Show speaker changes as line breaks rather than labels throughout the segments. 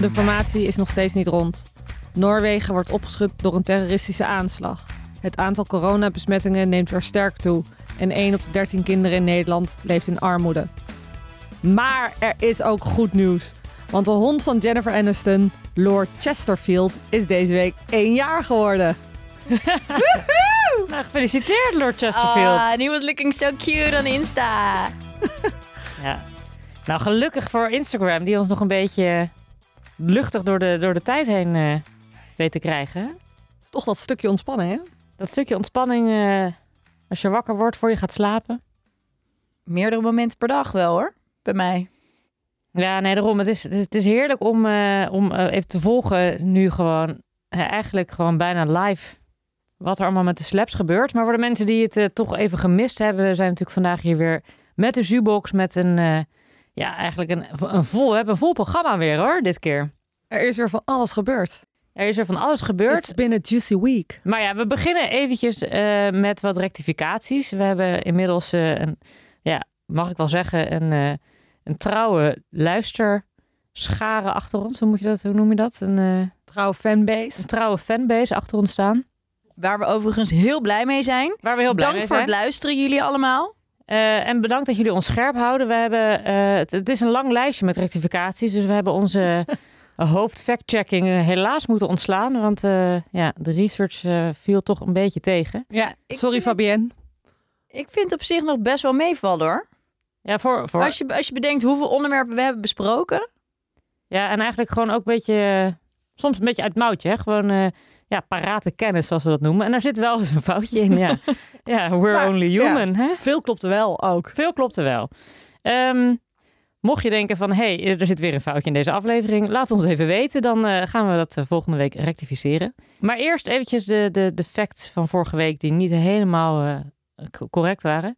De formatie is nog steeds niet rond. Noorwegen wordt opgeschud door een terroristische aanslag. Het aantal coronabesmettingen neemt weer sterk toe. En 1 op de 13 kinderen in Nederland leeft in armoede. Maar er is ook goed nieuws. Want de hond van Jennifer Aniston, Lord Chesterfield, is deze week één jaar geworden.
Nou, gefeliciteerd, Lord Chesterfield.
and he Ah, was looking so cute on Insta.
Ja. Nou, gelukkig voor Instagram, die ons nog een beetje luchtig door de, door de tijd heen eh, weet te krijgen.
Is Toch dat stukje ontspannen, hè?
Dat stukje ontspanning, eh, als je wakker wordt voor je gaat slapen.
Meerdere momenten per dag wel hoor, bij mij.
Ja, nee, daarom. Het is, het is, het is heerlijk om, eh, om eh, even te volgen nu gewoon, eh, eigenlijk gewoon bijna live, wat er allemaal met de slaps gebeurt. Maar voor de mensen die het eh, toch even gemist hebben, zijn we natuurlijk vandaag hier weer met de Zubox, met een, eh, ja, eigenlijk een, een, vol, we hebben een vol programma weer hoor, dit keer.
Er is weer van alles gebeurd.
Er is er van alles gebeurd.
It's been a juicy week.
Maar ja, we beginnen eventjes eh, met wat rectificaties. We hebben inmiddels eh, een, ja, mag ik wel zeggen, een, eh, een trouwe luisterschare achter ons. Hoe, moet je dat, hoe noem je dat? Een, eh,
Trouw
een
fanbase.
trouwe fanbase achter ons staan.
Waar we overigens heel blij mee zijn.
Waar we heel blij
Dank
mee
voor
zijn.
het luisteren jullie allemaal.
Eh, en bedankt dat jullie ons scherp houden. We hebben, eh, het, het is een lang lijstje met rectificaties. Dus we hebben onze hoofd fact-checking eh, helaas moeten ontslaan. Want eh, ja, de research eh, viel toch een beetje tegen.
Ja,
Ik
sorry
vind-
Fabienne.
Ik vind het op zich nog best wel meevallen hoor.
Ja, voor, voor...
Als, je, als je bedenkt hoeveel onderwerpen we hebben besproken.
Ja, en eigenlijk gewoon ook een beetje, eh, soms een beetje uit het mouwtje, hè? gewoon eh, ja, parate kennis, zoals we dat noemen. En daar zit wel eens een foutje in, ja. ja we're
Maar,
only human, hè?
Veel klopte wel ook.
Veel klopte wel. Ehm, mocht je denken van, hé, hey, er zit weer een foutje in deze aflevering, laat ons even weten, dan eh, gaan we dat eh, volgende week rectificeren. Maar eerst eventjes de, de, de facts van vorige week die niet helemaal eh, co- correct waren.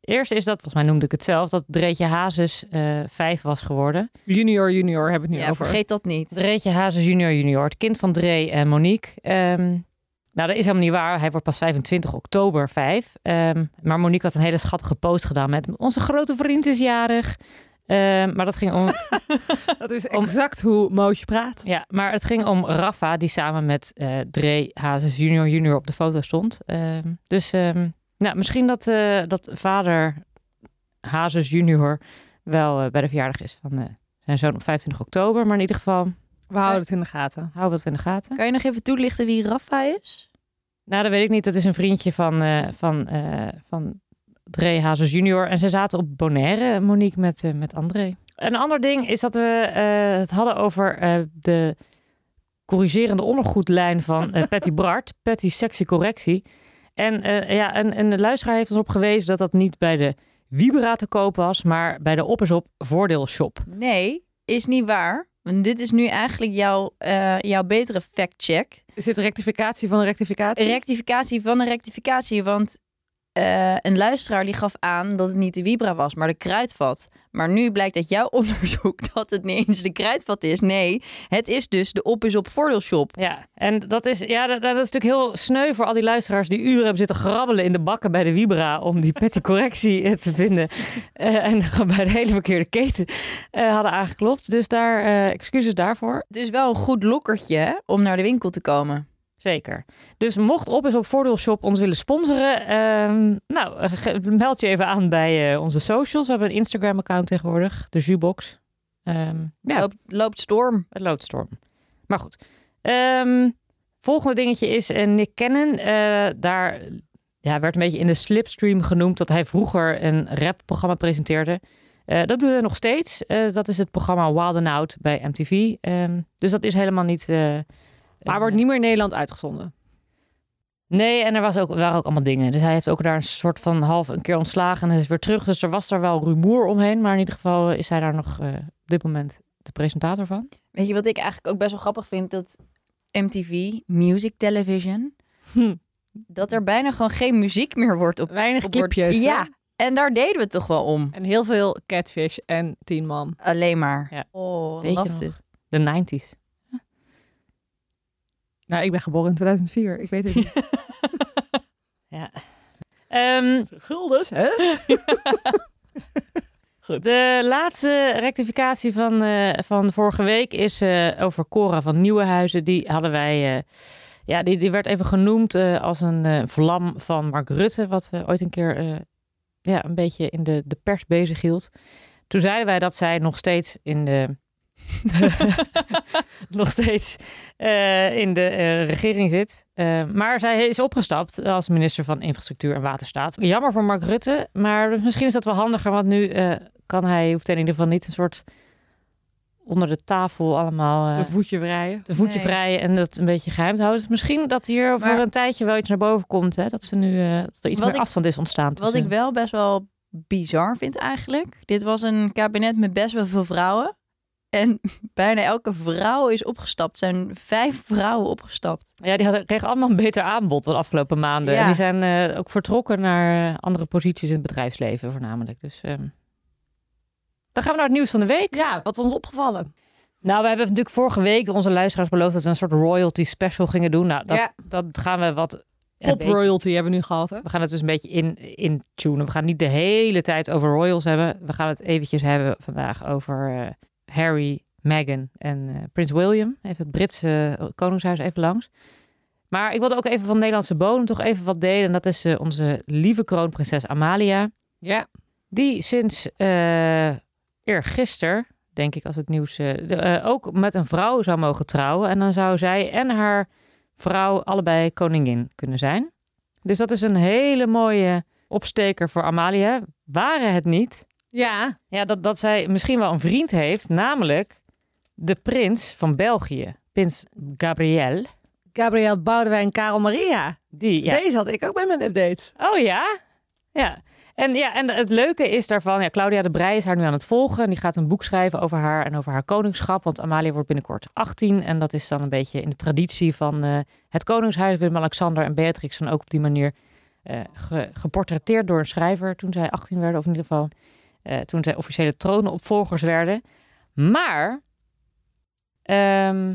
Eerst is dat, volgens mij noemde ik het zelf, dat Dreetje Hazes eh, vijf was geworden.
Junior, junior hebben we het nu
ja,
over.
vergeet dat niet.
Dreetje Hazes junior junior, het kind van Dree en Monique. Ehm, nou, dat is helemaal niet waar. Hij wordt pas 25 oktober 5. Ehm, maar Monique had een hele schattige post gedaan met... Onze grote vriend is jarig. Ehm, maar, dat ging om,
Dat is
Om-
exact hoe Mootje praat.
ja, maar het ging om Rafa, die samen met eh Dree Hazes junior junior op de foto stond. Ehm, dus ehm, nou, misschien dat, eh, dat vader Hazes junior wel eh, bij de verjaardag is van eh, zijn zoon op 25 oktober. Maar in ieder geval,
We houden het in de gaten.
hou dat in de gaten.
Kan je nog even toelichten wie Rafa is?
Nou, dat weet ik niet. Dat is een vriendje van, eh van, eh, van Dre Hazes junior. En ze zaten op Bonaire, Monique, met, eh, met André. Een ander ding is dat we eh, het hadden over eh, de corrigerende ondergoedlijn van eh, Patty Bart. Patty Sexy Correctie. En eh, ja, een, een luisteraar heeft ons op gewezen dat dat niet bij de Vibra te koop was, maar bij de Op is Op voordeelshop.
Nee, is niet waar. Want dit is nu eigenlijk jouw, eh, jouw betere fact-check.
Is dit rectificatie van een rectificatie?
Een rectificatie van een rectificatie. Want eh, een luisteraar die gaf aan dat het niet de Vibra was, maar de kruidvat. Maar nu blijkt uit jouw onderzoek dat het niet eens de kruidvat is. Nee, het is dus de op is op voordeelshop.
Ja, en dat is, ja, dat, dat is natuurlijk heel sneu voor al die luisteraars die uren hebben zitten grabbelen in de bakken bij de Vibra om die petty correctie eh, te vinden. Eh, en gewoon bij de hele verkeerde keten eh, hadden aangeklopt. Dus daar, eh, excuses daarvoor.
Het is wel een goed lokkertje hè, om naar de winkel te komen.
Zeker. Dus mocht op eens op Voordeelshop ons willen sponsoren, ehm, nou, eh, ge- meld je even aan bij eh, onze socials. We hebben een Instagram-account tegenwoordig, de Zubox. Ehm, ja,
Loopt, loopt storm.
Het loopt storm. Maar goed. Ehm, volgende dingetje is eh, Nick Cannon. Eh, daar ja, werd een beetje in de slipstream genoemd dat hij vroeger een rapprogramma presenteerde. Eh, dat doet hij nog steeds. Eh, dat is het programma Wild and Out bij MTV. Ehm, dus dat is helemaal niet. eh,
Maar
een-
wordt niet meer in Nederland uitgezonden.
Nee, en er was ook, waren ook allemaal dingen. Dus hij heeft ook daar een soort van half een keer ontslagen en is weer terug. Dus er was daar wel rumoer omheen. Maar in ieder geval eh, is hij daar nog eh, op dit moment de presentator van.
Weet je wat ik eigenlijk ook best wel grappig vind? Dat MTV, Music Television,
Hm.
dat er bijna gewoon geen muziek meer wordt op.
Weinig
op wordt-
kipjes. hè?
Ja, en daar deden we het toch wel om.
En heel veel catfish en tien man.
Alleen maar.
Ja.
Oh,
Weet je
laftig.
nog? De 90s.
Nou, ik ben geboren in 2004. Ik weet het niet.
Ehm,
Guldens, hè?
Goed. De laatste rectificatie van, eh, van vorige week is eh, over Cora van Nieuwenhuizen. Die hadden wij. eh, ja, die, die werd even genoemd eh, als een eh, vlam van Mark Rutte. Wat eh, ooit een keer eh, ja, een beetje in de, de pers bezig hield. Toen zeiden wij dat zij nog steeds in de. nog steeds eh, in de eh, regering zit. Eh, maar zij is opgestapt als minister van Infrastructuur en Waterstaat. Jammer voor Mark Rutte, maar misschien is dat wel handiger, want nu eh, kan hij, hoeft hij in ieder geval niet een soort onder de tafel allemaal eh,
Een voetje breien.
de voetje
Nee.
vrij en dat een beetje geheim te houden. Dus misschien dat hier over
Maar-
een tijdje wel iets naar boven komt, hè? dat ze nu eh, dat er iets
Wat
meer
ik-
afstand is ontstaan.
Wat
tussen-
ik wel best wel bizar vind eigenlijk. Dit was een kabinet met best wel veel vrouwen. En bijna elke vrouw is opgestapt. Er zijn vijf vrouwen opgestapt.
Ja, die hadden, kregen allemaal een beter aanbod de afgelopen maanden.
Ja.
En die zijn eh, ook vertrokken naar eh, andere posities in het bedrijfsleven voornamelijk. Dus ehm, dan gaan we naar het nieuws van de week.
Ja, wat ons opgevallen.
Nou, we hebben natuurlijk vorige week onze luisteraars beloofd dat we een soort royalty special gingen doen. Nou, dat,
Ja.
dat gaan we wat... een
Pop
beetje-
royalty hebben we nu gehad, hè?
We gaan het dus een beetje in, in tunen. We gaan niet de hele tijd over royals hebben. We gaan het eventjes hebben vandaag over eh, Harry, Meghan en eh Prins William. Even het Britse eh, koningshuis even langs. Maar ik wilde ook even van de Nederlandse bodem toch even wat delen. En dat is eh, onze lieve kroonprinses Amalia.
Ja.
Die sinds eh eergisteren, denk ik als het nieuws... eh, de- eh, ook met een vrouw zou mogen trouwen. En dan zou zij en haar vrouw allebei koningin kunnen zijn. Dus dat is een hele mooie opsteker voor Amalia. Waren het niet
Ja.
ja, dat, dat zij misschien wel een vriend heeft, namelijk de prins van België, prins Gabriel.
Gabriel Boudewijn, Karel Maria.
Die, ja.
Deze had ik ook bij mijn update.
Oh ja? Ja. En, ja, en het leuke is daarvan, ja, Claudia de Brij is haar nu aan het volgen. En die gaat een boek schrijven over haar en over haar koningschap. Want Amalia wordt binnenkort 18. En dat is dan een beetje in de traditie van eh, het Koningshuis. Willem-Alexander en Beatrix zijn ook op die manier eh, ge- geportretteerd door een schrijver toen zij 18 werden. Of in ieder geval eh, toen zij officiële troonopvolgers werden. Maar ehm,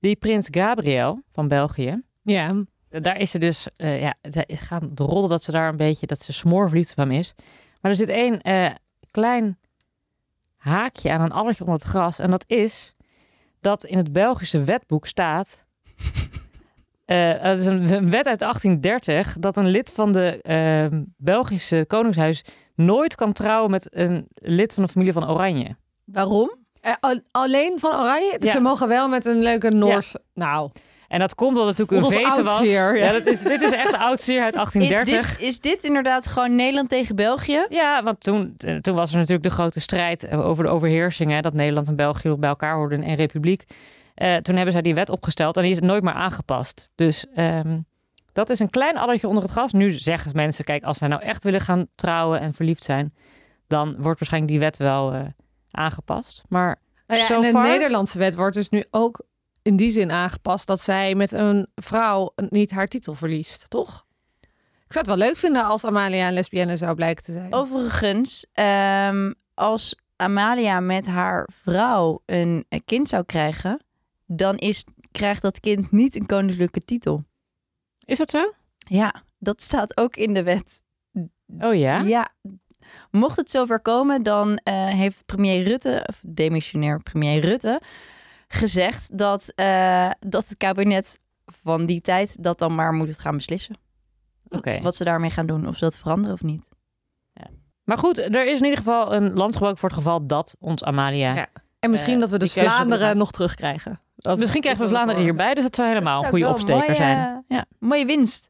die prins Gabriel van België,
Ja.
daar is ze dus, eh, ja, daar is- gaan de rollen dat ze daar een beetje, dat ze smoorverliefd op hem is. Maar er zit één eh, klein haakje aan een allertje onder het gras. En dat is dat in het Belgische wetboek staat, eh, dat is een, een wet uit 1830, dat een lid van de eh, Belgische Koningshuis nooit kan trouwen met een lid van de familie van Oranje.
Waarom?
Eh, al- alleen van Oranje? Dus
Ja.
ze mogen wel met een leuke Noors... Nou,
En dat komt omdat het natuurlijk
Voelt
een
als
vete was.
oudzeer, ja.
Ja, dat is, dit is echt oud zeer uit
Is
1830.
dit, is dit inderdaad gewoon Nederland tegen België?
Ja, want toen, eh, toen was er natuurlijk de grote strijd eh, over de overheersing. Hè, dat Nederland en België bij elkaar hoorden in één republiek. Eh, toen hebben zij die wet opgesteld en die is nooit meer aangepast. Dus ehm, dat is een klein addertje onder het gras. Nu zeggen mensen, kijk, als zij nou echt willen gaan trouwen en verliefd zijn... dan wordt waarschijnlijk die wet wel eh, aangepast. Maar
Nou ja,
So
en de
far?
Nederlandse wet wordt dus nu ook in die zin aangepast dat zij met een vrouw niet haar titel verliest, toch? Ik zou het wel leuk vinden als Amalia een lesbienne zou blijken te zijn.
Overigens, ehm, als Amalia met haar vrouw een een kind zou krijgen, dan is, krijgt dat kind niet een koninklijke titel.
is dat zo?
Ja, dat staat ook in de wet.
Oh ja?
Mocht het zover komen, dan eh, heeft premier Rutte, of demissionair premier Rutte, gezegd dat, eh, dat het kabinet van die tijd dat dan maar moet het gaan beslissen.
Oké.
Wat ze daarmee gaan doen, of ze dat veranderen of niet.
Maar goed, er is in ieder geval een landsgebruik voor het geval dat ons Amalia...
Ja. En misschien
Eh,
dat we dus
die keuze
Vlaanderen
eraan.
nog terugkrijgen.
Dat- Misschien krijgen we
dat is wel
Vlaanderen hierbij, dus dat zou helemaal
Dat
een
zou
goede
wel eh, een
opsteker zijn.
mooie-
Ja.
Mooie winst.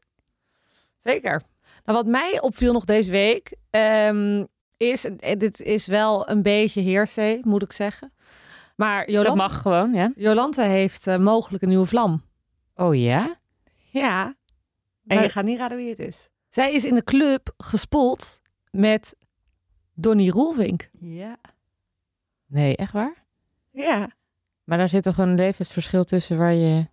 Zeker. Nou, wat mij opviel nog deze week ehm, is, eh, dit is wel een beetje heersee, moet ik zeggen. Maar
Dat
Jolante,
mag gewoon, ja.
Jolante heeft eh, mogelijk een nieuwe vlam.
Oh ja?
Ja. En
Maar-
je gaat niet raden wie het is. Zij is in de club gespot met Donnie Roelvink.
Ja.
Nee, echt waar?
Ja.
Maar daar zit toch een levensverschil tussen waar je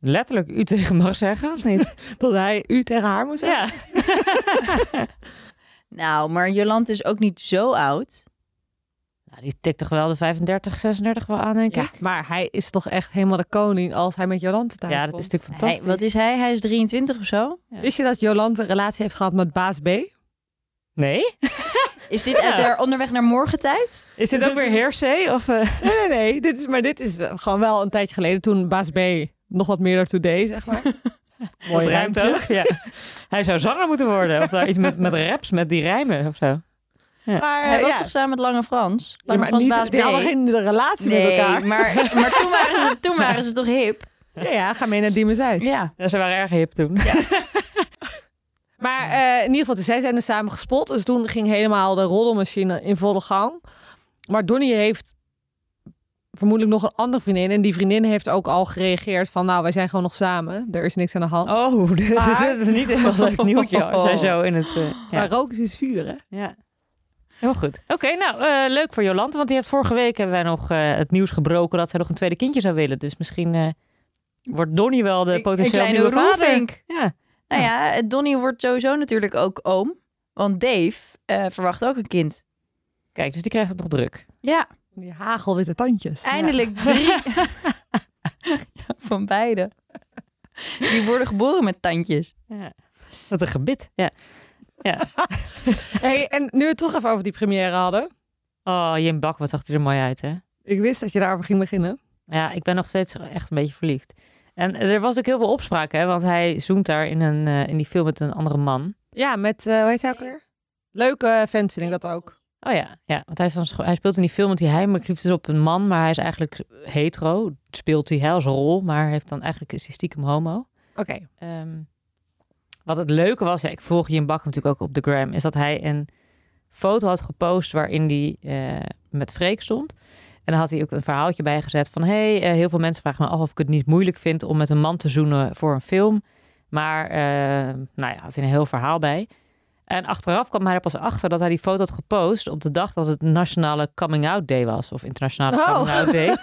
letterlijk u tegen mag zeggen, of niet?
Dat hij u tegen haar moest zeggen.
ja.
Nou, maar Jolante is ook niet zo oud.
Nou, die tikt toch wel de 35, 36 wel aan, denk ik?
Maar hij is toch echt helemaal de koning als hij met Jolante thuis
Ja, dat
Nou,
is
komt.
natuurlijk fantastisch.
Hij- wat is hij? Hij is 23 of zo.
Wist je dat Jolante een relatie heeft gehad met baas B?
Nee?
Is dit het er onderweg naar morgentijd?
Is dit ook weer heersee? Of, eh,
Nee, nee, nee. Dit is, maar dit is eh, gewoon wel een tijdje geleden toen Baas B nog wat meer daartoe deed, zeg maar. Mooi
dat rijmt
rijmpje.
ook. Ja. Hij zou zanger moeten worden. Of daar iets met, met raps, met die rijmen of zo.
Maar, eh,
Hij was
ja.
toch samen met Lange Frans? Lange
maar
Frans
niet,
baas
die
B.
hadden geen relatie met
Nee,
elkaar.
maar, maar toen, waren ze, toen waren ze toch hip?
Ja, ja, ga mee naar Diemen uit.
Ja.
Ja, ze waren erg hip toen.
Maar eh, in ieder geval, dus zij zijn dus samen gespot. Dus toen ging helemaal de roddelmachine in volle gang. Maar Donnie heeft vermoedelijk nog een andere vriendin. En die vriendin heeft ook al gereageerd van... nou, wij zijn gewoon nog samen. Er is niks aan de hand.
Oh, dit is, dit is niet heel leuk nieuwtje. als hij zo in het... eh, ja.
Maar rook is iets vuur, hè?
Ja. Heel goed. Oké, nou eh, leuk voor Jolante, want die heeft vorige week hebben wij nog eh, het nieuws gebroken dat zij nog een tweede kindje zou willen. Dus misschien eh, wordt Donnie wel de
Een-
potentieel
een kleine
nieuwe vader.
roefink.
Ja.
Nou ja, Donnie wordt sowieso natuurlijk ook oom. Want Dave eh, verwacht ook een kind.
Kijk, dus die krijgt het nog druk.
Ja,
Die hagelwitte tandjes.
eindelijk drie. Ja, van beide. Die worden geboren met tandjes.
Ja. Wat een gebit. Ja.
Hey, en nu we het toch even over die première hadden.
Oh, Jim Bak, wat zag hij er mooi uit, hè?
Ik wist dat je daarover ging beginnen.
Ja, ik ben nog steeds echt een beetje verliefd. En er was ook heel veel opspraak, hè? Want hij zoomt daar in, een, eh, in die film met een andere man.
Ja, met, eh, hoe heet hij ook weer? Leuke vent vind ik dat ook.
Oh ja, ja want hij, is dan, scho- hij speelt in die film met die heimelijk liefde is op een man, maar hij is eigenlijk hetero. Speelt hij, hij als rol, maar heeft dan eigenlijk is hij stiekem homo.
Oké.
Ehm, wat het leuke was, ja, ik volg Jim Bak natuurlijk ook op de gram, is dat hij een foto had gepost waarin hij eh, met Freek stond. En daar had hij ook een verhaaltje bij gezet van... hey, eh, heel veel mensen vragen me af of ik het niet moeilijk vind... om met een man te zoenen voor een film. Maar, eh, nou ja, had hij een heel verhaal bij. En achteraf kwam hij er pas achter dat hij die foto had gepost... op de dag dat het Nationale Coming Out Day was. Of Internationale
Oh.
Coming Out Day.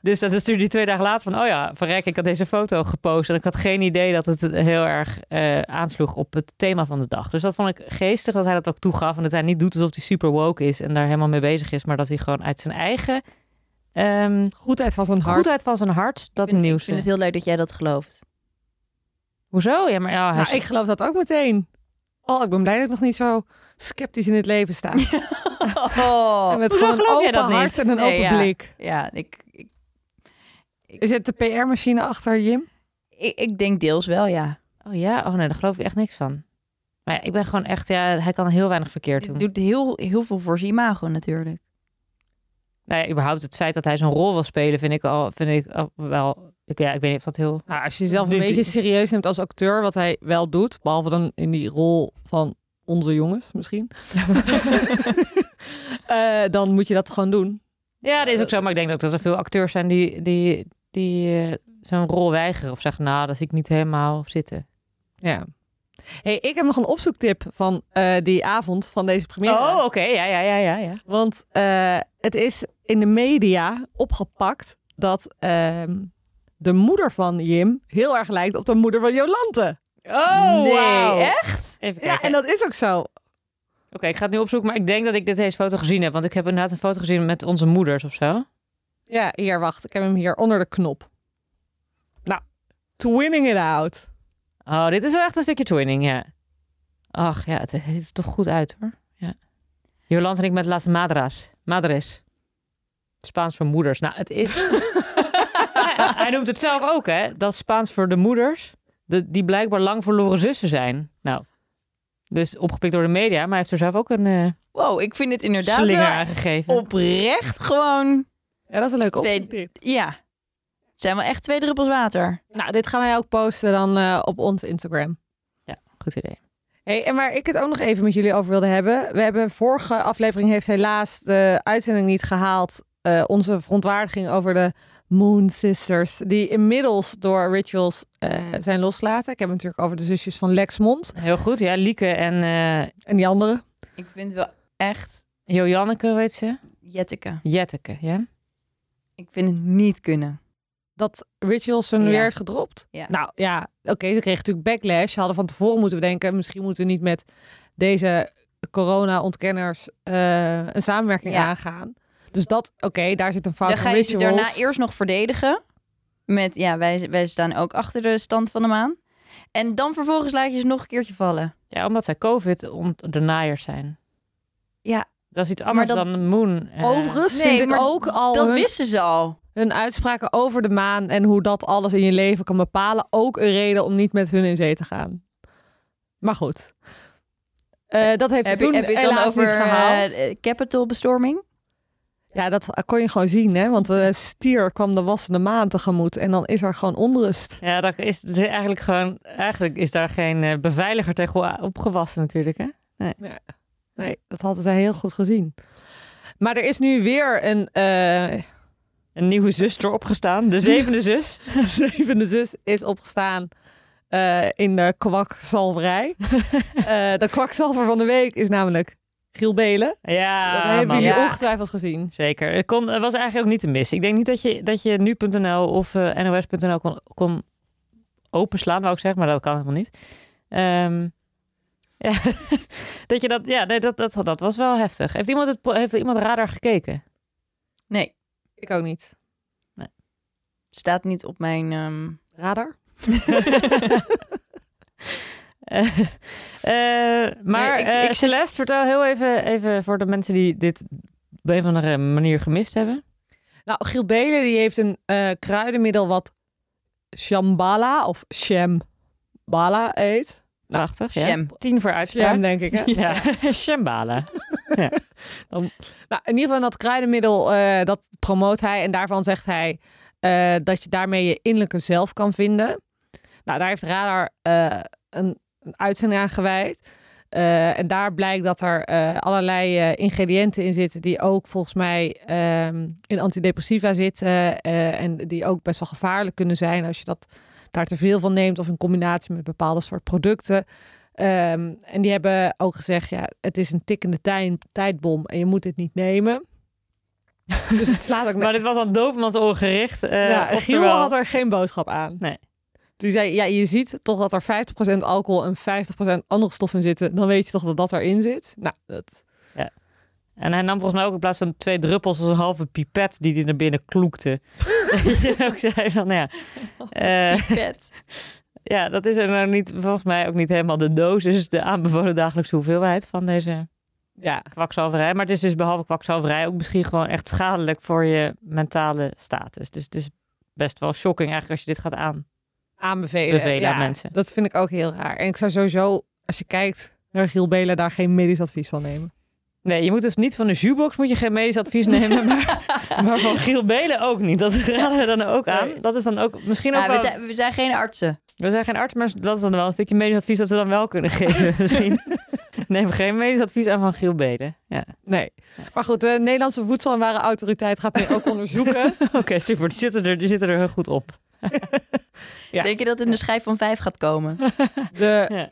Dus dat is natuurlijk die twee dagen later van... oh ja, verrek, ik had deze foto gepost... en ik had geen idee dat het heel erg eh, aansloeg op het thema van de dag. Dus dat vond ik geestig dat hij dat ook toegaf... en dat hij niet doet alsof hij super woke is... en daar helemaal mee bezig is... maar dat hij gewoon uit zijn eigen ehm
Goedheid van zijn hart.
goedheid van zijn hart dat
Ik vind-
nieuws.
Ik vind het
vindt.
heel leuk dat jij dat gelooft.
Hoezo? Ja, maar ja, hij
Nou,
is-
ik geloof dat ook meteen. Oh, ik ben blij dat ik nog niet zo sceptisch in het leven sta. En met
Hoezo
gewoon een
Oh, geloof
open
jij dat
hart
niet?
en een
Nee,
open
ja.
blik.
Oh. Ja, ik, ik,
Is het de PR-machine achter Jim?
ik, ik denk deels wel, ja.
Oh ja? Oh nee, daar geloof ik echt niks van. Maar ja, ik ben gewoon echt... Ja, hij kan heel weinig verkeerd doen.
Het doet heel, heel veel voor zijn imago natuurlijk.
Nou ja, überhaupt het feit dat hij zo'n rol wil spelen... vind ik al vind ik al wel... Ik, ja, ik weet niet of dat heel...
Nou, als je jezelf een
Dit-
beetje serieus neemt als acteur, wat hij wel doet, behalve dan in die rol van onze jongens misschien, Eh, dan moet je dat gewoon doen.
Ja, dat is ook zo. Maar ik denk ook dat er veel acteurs zijn die, die, die eh, zo'n rol weigeren. Of zeggen, nou, dat zie ik niet helemaal zitten.
Ja. Hey, ik heb nog een opzoektip van eh, die avond van deze première.
Oh, oké. Ja, ja, ja, ja, ja.
Want eh, het is in de media opgepakt dat ehm, de moeder van Jim heel erg lijkt op de moeder van Jolante.
Oh,
nee,
wauw.
echt?
Even
Ja,
kijken.
en dat is ook zo.
Oké, ik ga het nu opzoeken. Maar ik denk dat ik dit deze foto gezien heb. Want ik heb inderdaad een foto gezien met onze moeders of zo.
Ja, hier, wacht. Ik heb hem hier onder de knop. Nou, twinning it out.
Oh, dit is wel echt een stukje twinning, ja. Ach ja, het het ziet er toch goed uit hoor. Ja. Jolanda en ik met Las Madras. Madres. Spaans voor moeders. Nou, het is... Ja, Hij noemt het zelf ook, hè. Dat is Spaans voor de moeders. De, die blijkbaar lang verloren zussen zijn. Nou, dus opgepikt door de media. Maar hij heeft er zelf ook een eh
Wow, ik vind het inderdaad
slinger
wel
aan gegeven.
oprecht gewoon...
Ja, dat is een leuke
Twee-
opzoektip.
Ja, het zijn wel echt twee druppels water.
Nou, dit gaan wij ook posten dan eh, op ons Instagram.
Goed idee.
Hey, en waar ik het ook nog even met jullie over wilde hebben. We hebben vorige aflevering heeft helaas de uitzending niet gehaald. eh, onze verontwaardiging over de Moon Sisters. Die inmiddels door Rituals eh, zijn losgelaten. Ik heb het natuurlijk over de zusjes van Lexmond.
Heel goed, ja. Lieke en eh,
En die andere.
Ik vind wel echt
Joanneke, weet ze?
Jetteke.
Jetteke, ja.
Ik vind het niet kunnen.
Dat Rituals hun
Ja.
weer heeft gedropt.
Ja.
Nou ja, oké, ze kregen natuurlijk backlash. Ze hadden van tevoren moeten bedenken, misschien moeten we niet met deze corona-ontkenners eh, een samenwerking
Ja.
aangaan. Dus dat, oké, daar zit een fout
Dan
in
ga je ze
Rituals.
daarna eerst nog verdedigen. Met ja, wij, wij staan ook achter de stand van de maan. En dan vervolgens laat je ze nog een keertje vallen.
Ja, omdat zij COVID om de naaiers zijn.
Ja.
Dat is iets anders
dat-
dan de moon. eh.
Overigens
nee,
vind ik
maar
ook al
dat
hun,
wisten ze al.
hun uitspraken over de maan en hoe dat alles in je leven kan bepalen ook een reden om niet met hun in zee te gaan. Maar goed. Eh, dat heeft
Heb
hij
je,
toen
heb je het dan
helaas
over
niet gehaald.
eh, capitalbestorming?
Ja, dat kon je gewoon zien, hè? Want de stier kwam de wassende maan tegemoet en dan is er gewoon onrust.
Ja, dat is het is eigenlijk gewoon. Eigenlijk is daar geen eh, beveiliger tegen opgewassen, natuurlijk. Hè?
Nee, dat hadden zij heel goed gezien. Maar er is nu weer een eh,
Een nieuwe zuster opgestaan, de zevende zus.
zevende zus is opgestaan eh, in de kwakzalverij. Eh, de kwakzalver van de week is namelijk Giel Belen.
Ja,
dat hebben
Ah, man.
jullie
Ja.
ongetwijfeld gezien.
Zeker. Het kon, het was eigenlijk ook niet te missen. Ik denk niet dat je, dat je nu.nl of eh, nos.nl kon, kon openslaan, wou ik zeggen, maar dat kan helemaal niet. Ehm, ja, dat je dat, ja, nee, dat, dat, dat was wel heftig. Heeft iemand, het, po- heeft iemand radar gekeken?
Nee,
Ik ook niet.
staat niet op mijn... ehm,
Radar?
Eh, eh, maar
Nee, ik-
eh,
ik-
Celeste, vertel heel even, even voor de mensen die dit op een of andere manier gemist hebben.
Nou, Giel Belen die heeft een eh, kruidenmiddel wat Shambhala of Shambhala eet.
Prachtig, ja.
Sham.
Tien voor uitspraak.
Sham, denk ik, hè?
Ja, Shambhala.
Nou, in ieder geval dat kruidenmiddel, eh, dat promoot hij. En daarvan zegt hij eh, dat je daarmee je innerlijke zelf kan vinden. Nou, daar heeft Radar eh, een, een uitzending aan gewijd. Eh, en daar blijkt dat er eh, allerlei eh, ingrediënten in zitten die ook volgens mij ehm, in antidepressiva zitten. eh, en die ook best wel gevaarlijk kunnen zijn als je dat daar te veel van neemt of in combinatie met bepaalde soort producten. Ehm, en die hebben ook gezegd, ja, het is een tikkende tij- tijdbom en je moet dit niet nemen. dus het slaat ook
Maar dit was aan doofmans oor gericht. eh,
ja,
oftewel-
Giel had er geen boodschap aan.
Nee.
Die zei, ja, je ziet toch dat er 50% alcohol en 50% andere stoffen in zitten. Dan weet je toch dat dat erin zit. Nou, dat...
En hij nam volgens mij ook in plaats van twee druppels als een halve pipet die hij naar binnen kloekte. Dat je ook zei van, nou ja, eh,
Vet.
ja, dat is er nou niet, volgens mij ook niet helemaal de dosis, de aanbevolen dagelijkse hoeveelheid van deze
ja.
kwakzalverij. Maar het is dus behalve kwakzalverij ook misschien gewoon echt schadelijk voor je mentale status. Dus het is best wel shocking eigenlijk als je dit gaat aan.
aanbevelen.
Bevelen
ja,
aan mensen.
Dat vind ik ook heel raar. En ik zou sowieso, als je kijkt naar Giel Belen, daar geen medisch advies van nemen.
Nee, je moet dus niet van de jukebox moet je geen medisch advies nemen, maar, maar van Giel Belen ook niet. Dat raden we dan ook aan.
Nee.
Dat is dan ook misschien ook
Ah, we,
wel-
zijn, we zijn geen artsen.
We zijn geen arts, maar dat is dan wel een stukje medisch advies dat we dan wel kunnen geven. Misschien neem geen medisch advies aan van Giel Beden. Ja.
Nee. Maar goed, de Nederlandse Voedsel- en Warenautoriteit gaat nu ook onderzoeken.
Oké, super. Die zitten, er, die zitten er heel goed op.
Ja.
Denk je dat het in de schijf van vijf gaat komen?
De
Ja,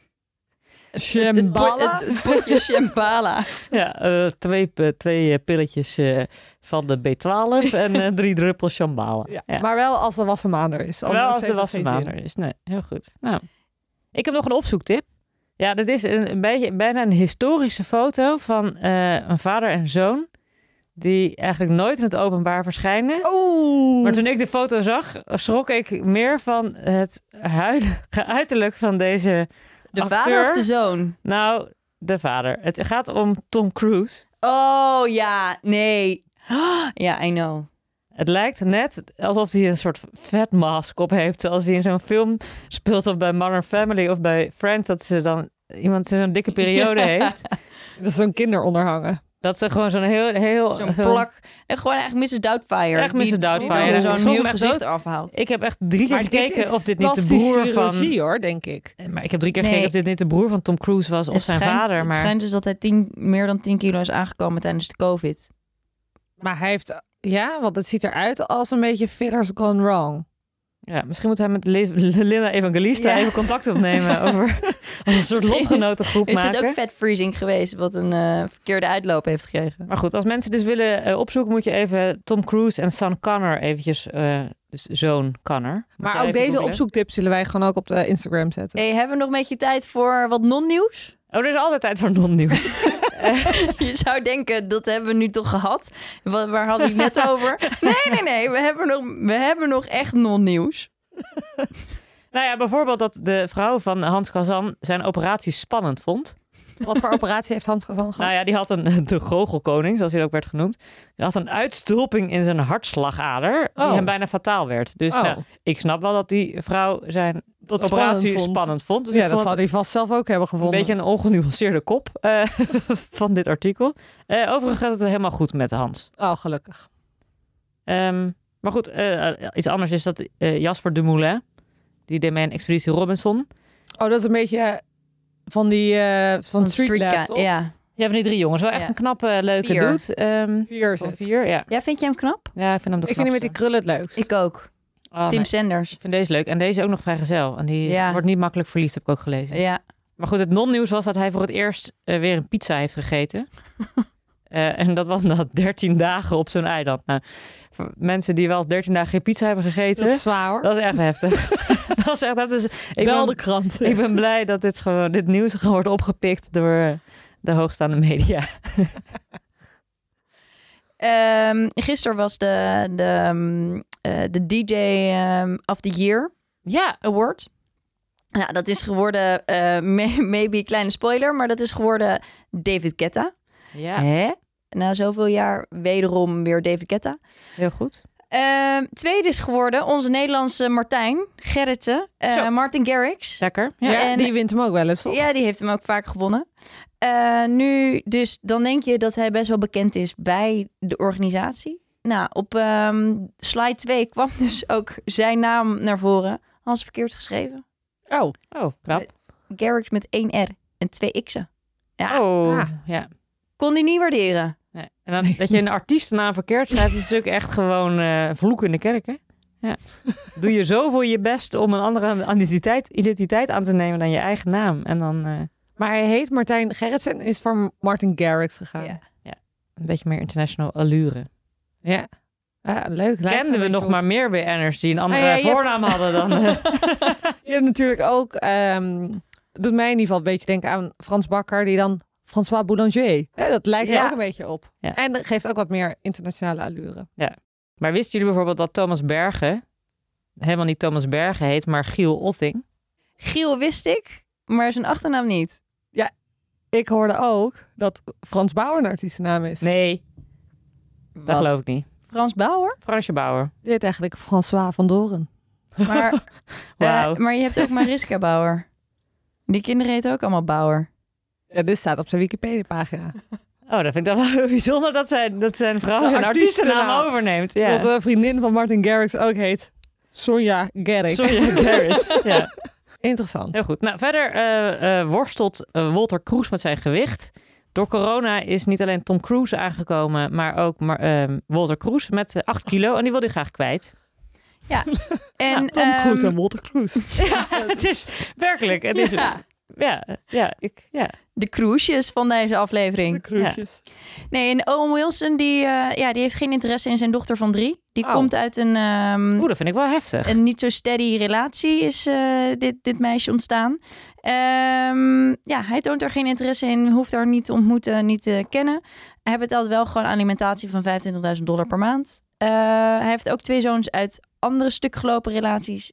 Shambhala.
Het, het potje Shambhala.
ja eh, twee, eh, twee eh, pilletjes eh, van de B12 en eh, drie druppels shambhala.
Ja,
Ja.
Maar wel als de wassenmaaner is. Anders
Wel als
heeft
de
het geen
wassenmaan
zin.
er is. Nee, heel goed. Nou, ik heb nog een opzoektip. Ja, dit is een, een beetje, bijna een historische foto van eh, een vader en zoon... die eigenlijk nooit in het openbaar verschijnen.
Oh. Oeh.
Maar toen ik de foto zag, schrok ik meer van het huidige uiterlijk van deze.
De
Acteur.
vader of de zoon?
Nou, de vader. Het gaat om Tom Cruise.
Oh ja, nee. Ja, I know.
Het lijkt net alsof hij een soort vetmask op heeft. Zoals hij in zo'n film speelt, of bij Modern Family of bij Friends. Dat ze dan iemand zo'n dikke periode heeft.
Dat is zo'n kinderonderhangen.
Dat ze gewoon zo'n heel. heel
Zo'n plak. En gewoon eigenlijk Mrs. Doubtfire.
Echt Mrs. Doubtfire.
Die,
Ja,
die
ik
dan zo'n
schrok
nieuw
me echt
gezicht
dood.
afhaalt.
Ik heb echt drie keer gekeken
is
of dit niet de
plastische
broer van.
chirurgie, hoor, denk ik.
Maar ik heb drie keer
Nee.
gekeken of dit niet de broer van Tom Cruise was of
Het
zijn
schijnt-
vader.
Het
Maar...
schijnt dus dat hij tien, meer dan 10 kilo is aangekomen tijdens de COVID.
Maar hij heeft... Ja, want het ziet eruit als een beetje fitters gone wrong.
Ja, misschien moet hij met Liv- Linda Evangelista
Ja.
even contact opnemen over als een soort lotgenotengroep
Is het
maken.
ook fat freezing geweest, wat een eh, verkeerde uitloop heeft gekregen?
Maar goed, als mensen dus willen eh, opzoeken, moet je even Tom Cruise en Son Connor eventjes, eh, dus zoon Connor. Moet je
Maar ook
even
deze
googlen.
opzoektip zullen wij gewoon ook op de Instagram zetten.
Hey, hebben we nog een beetje tijd voor wat non-nieuws?
Oh, er is altijd tijd voor non-nieuws.
Je zou denken, dat hebben we nu toch gehad? Wa- Waar hadden we het net over? Nee, nee, nee. We hebben nog, we hebben nog echt non-nieuws.
nou ja, bijvoorbeeld dat de vrouw van Hans Kazan zijn operatie spannend vond.
Wat voor operatie heeft Hans Kazan gehad?
Nou ja, die had een de goochelkoning, zoals hij ook werd genoemd. Hij had een uitstulping in zijn hartslagader
Oh.
die hem bijna fataal werd. Dus
Oh.
nou, ik snap wel dat die vrouw zijn
dat
operatie
spannend
spannend
vond.
vond. Dus
ja,
ik
dat
vond
zal
het
hij vast zelf ook hebben
een
gevonden.
beetje een ongenuanceerde kop eh, van dit artikel. Eh, overigens gaat het helemaal goed met Hans.
Oh, gelukkig.
Ehm, maar goed, eh, eh, iets anders is dat eh, Jasper de Moulin, die deed mij een expeditie Robinson.
Oh, dat is een beetje eh, van die eh van,
Van
Street,
Street
Lab,
Lab,
toch?
ja.
Ja, van die drie jongens. Wel echt
Ja.
een knappe, eh, leuke
Vier.
dude. Ehm,
Vier is
van
het.
vier, ja.
Ja, vind je hem knap?
Ja, ik vind hem de
Ik vind die met die
knapste.
krullen het leukst.
Ik ook.
Oh,
Tim
nee.
Sanders.
Ik vind deze leuk. En deze ook nog vrijgezel. En die is-
Ja.
wordt niet makkelijk verliefd, heb ik ook gelezen.
Ja.
Maar goed, het non-nieuws was dat hij voor het eerst eh, weer een pizza heeft gegeten. Eh, en dat was na 13 dagen op zo'n eiland. Nou, voor mensen die wel eens 13 dagen geen pizza hebben gegeten,
dat is zwaar hoor.
dat is echt heftig. dat is echt heftig. Dus ik,
Bel
ben,
de krant.
ik ben blij dat dit, gewoon, dit nieuws gewoon wordt opgepikt door eh, de hoogstaande media.
Ehm, gisteren was de, de, mm, eh, de DJ ehm, of the Year
Ja,
oh.
Award. Nou, dat is geworden, eh, may- maybe een kleine spoiler, maar dat is geworden David Guetta.
ja
Hè? Na zoveel jaar wederom weer David Guetta.
heel goed.
Ehm, tweede is geworden onze Nederlandse Martijn Gerritsen, eh,
Zo.
Martin Garrix.
Lekker. Ja.
Ja,
en-
die wint hem ook wel eens, toch?
Ja, die heeft hem ook vaak gewonnen. Eh, nu, dus dan denk je dat hij best wel bekend is bij de organisatie. Nou, op ehm, slide 2 kwam dus ook zijn naam naar voren. Hans verkeerd geschreven.
Oh,
Oh, knap.
Garrix met 1 R en 2 X'en. Ja,
Oh,
Ah.
ja.
kon hij niet waarderen.
Nee. En dan, dat je een artiestennaam verkeerd schrijft, is natuurlijk echt gewoon eh vloek in de kerk, hè? Ja. Doe je zoveel je best om een andere identiteit, identiteit aan te nemen dan je eigen naam. En dan eh,
maar hij heet Martijn Gerritsen en is voor Martin Garrix gegaan.
Ja.
Ja,
een beetje meer international allure.
Ah, leuk. Lijkt
Kenden
een
we
beetje
nog
op-
maar meer BN'ers die een andere
Ah, ja, je hebt-
voornaam hadden dan... eh,
Je hebt natuurlijk ook, ehm, doet mij in ieder geval een beetje denken aan Frans Bakker, die dan François Boulanger. Hè, dat lijkt er
Ja.
ook een beetje op.
Ja.
En dat geeft ook wat meer internationale allure.
maar wisten jullie bijvoorbeeld dat Thomas Bergen helemaal niet Thomas Bergen heet, maar Giel Otting?
Giel wist ik, maar zijn achternaam niet.
Ik hoorde ook dat Frans Bauer een artiestennaam is.
Nee, dat
Wat?
geloof ik niet.
Frans Bauer.
Fransje Bauer.
Die heet eigenlijk François van Doren.
Maar, eh,
Wauw.
maar je hebt ook Mariska Bauer. Die kinderen heten ook allemaal Bauer.
Ja, dit staat op zijn Wikipedia-pagina.
Oh, dat vind ik dan wel heel bijzonder dat zijn, dat zijn vrouw
De
zijn artiestennaam
artiestennaam.
overneemt. Ja.
Dat een vriendin van Martin Garrix ook heet Sonja Garrix.
Sorry, Garrett. ja.
Interessant.
Heel goed. Nou, verder eh, eh, worstelt eh, Walter Kroes met zijn gewicht. Door corona is niet alleen Tom Cruise aangekomen, maar ook maar, ehm, Walter Kroes met eh, 8 kilo. En die wil hij graag kwijt.
En,
Tom Cruise
ehm,
en Walter Cruise.
Ja, het is werkelijk. Het is, ja.
ja,
Ja, ik, ja.
de cruises van deze aflevering.
De cruises.
Nee, en Owen Wilson, die, eh, ja, die heeft geen interesse in zijn dochter van drie. Die
Oh.
komt uit een, ehm,
Oeh, dat vind ik wel heftig.
een niet zo steady relatie, is eh, dit, dit meisje ontstaan. Ehm, ja, hij toont er geen interesse in, hoeft haar niet te ontmoeten, niet te kennen. Hij betaalt wel gewoon alimentatie van 25.000 dollar per maand. Eh, hij heeft ook twee zoons uit andere stukgelopen relaties.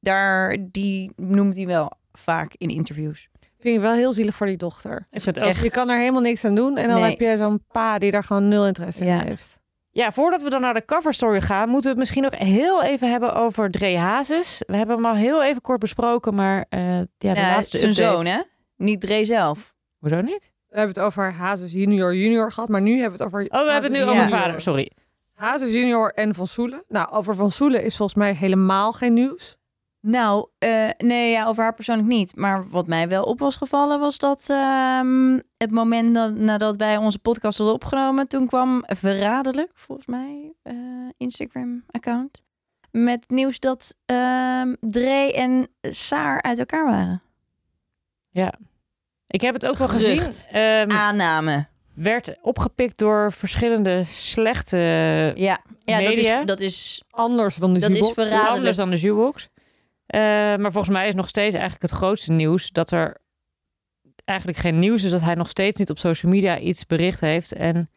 Daar, die noemt hij wel vaak in interviews.
Vind ik wel heel zielig voor die dochter.
Is het
echt-
Oh, Je kan er helemaal niks aan doen. En dan
Nee.
heb je zo'n pa die daar gewoon nul interesse
Ja.
in heeft.
Ja, voordat we dan naar de coverstory gaan, moeten we het misschien nog heel even hebben over Dre Hazes. We hebben hem al heel even kort besproken, maar eh, ja, de
Ja,
laatste
zijn
update.
zoon, hè? Niet Dre zelf.
Hoezo niet?
We hebben het over Hazes junior junior gehad. Maar nu hebben we het over
Oh, we hebben het nu
Hazes
over
junior.
vader. Sorry.
Hazes junior en Van Soelen. Nou, over Van Soelen is volgens mij helemaal geen nieuws.
Nou, eh, nee, ja, over haar persoonlijk niet. Maar wat mij wel op was gevallen was dat ehm, het moment dat, nadat wij onze podcast hadden opgenomen, toen kwam verraderlijk, volgens mij, eh, Instagram-account. Met nieuws dat ehm Dre en Saar uit elkaar waren.
Ik heb het ook wel
Gerucht.
gezien. Ehm,
Hm. Aanname.
werd opgepikt door verschillende slechte...
Ja, ja dat, is,
Media?
dat is.
Anders dan de
Dat is
jukebox.
verraderlijk.
anders dan de jukebox. Eh, maar volgens mij is nog steeds eigenlijk het grootste nieuws dat er eigenlijk geen nieuws is dat hij nog steeds niet op social media iets bericht heeft. En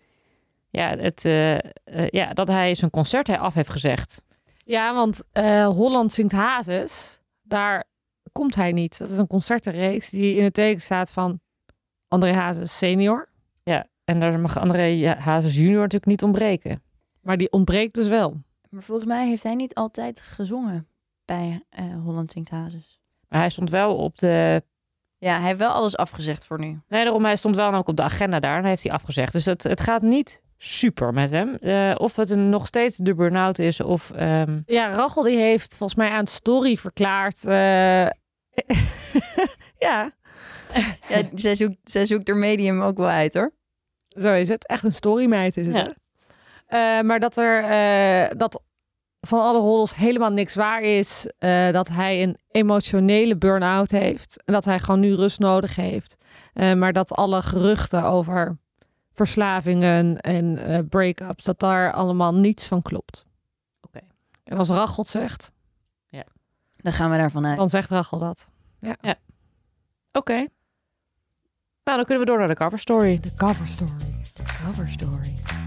ja, het, eh, eh, ja dat hij zijn concert hij af heeft gezegd.
Ja, want eh, Holland zingt Hazes. Daar komt hij niet. Dat is een concertenreeks die in het teken staat van André Hazes senior.
Ja, en daar mag André Hazes junior natuurlijk niet ontbreken.
Maar die ontbreekt dus wel.
Maar volgens mij heeft hij niet altijd gezongen bij eh Holland Zingt Hazes.
Maar hij stond wel op de...
Ja, hij heeft wel alles afgezegd voor nu.
Nee, daarom, hij stond wel namelijk op de agenda daar. En hij heeft hij afgezegd. Dus het, het gaat niet super met hem. Eh, of het een, nog steeds de burn-out is of... ehm,
Ja, Rachel die heeft volgens mij aan story verklaard. eh, ja,
Ja, zij, zoekt, zij zoekt haar medium ook wel uit hoor.
zo is het. Echt een storymeid is het.
Ja.
hè? Eh, maar dat er eh, dat van alle roddels helemaal niks waar is. eh, dat hij een emotionele burn-out heeft. En dat hij gewoon nu rust nodig heeft. Eh, maar dat alle geruchten over verslavingen en eh break-ups, dat daar allemaal niets van klopt.
Oké.
En als Rachel het zegt,
Dan gaan we daarvan uit.
dan zegt Rachel dat.
Oké. Nou, dan kunnen we door naar de cover story.
De cover story.
Cover story.